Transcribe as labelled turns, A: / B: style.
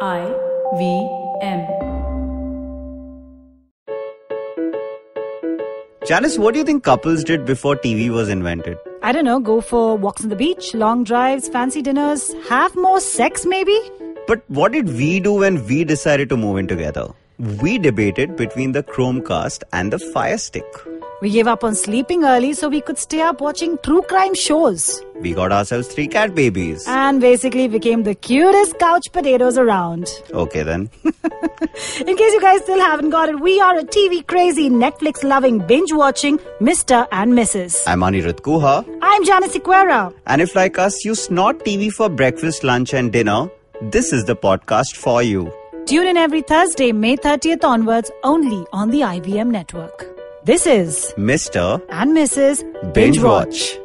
A: I V M.
B: Janice, what do you think couples did before TV was invented?
C: I don't know, go for walks on the beach, long drives, fancy dinners, have more sex maybe?
B: But what did we do when we decided to move in together? We debated between the Chromecast and the Fire Stick.
C: We gave up on sleeping early so we could stay up watching true crime shows
B: We got ourselves three cat babies.
C: and basically became the cutest couch potatoes around.
B: Okay then.
C: In case you guys still haven't got it, we are a TV crazy, Netflix loving, binge watching Mr. and Mrs.
B: I'm Anirudh Kuha.
C: I'm Janice Sequeira.
B: And if, like us, you snort TV for breakfast, lunch, and dinner, this is the podcast for you.
C: Tune in every Thursday, May 30th onwards, only on the IBM network. This is
B: Mr.
C: and Mrs.
B: Binge Watch.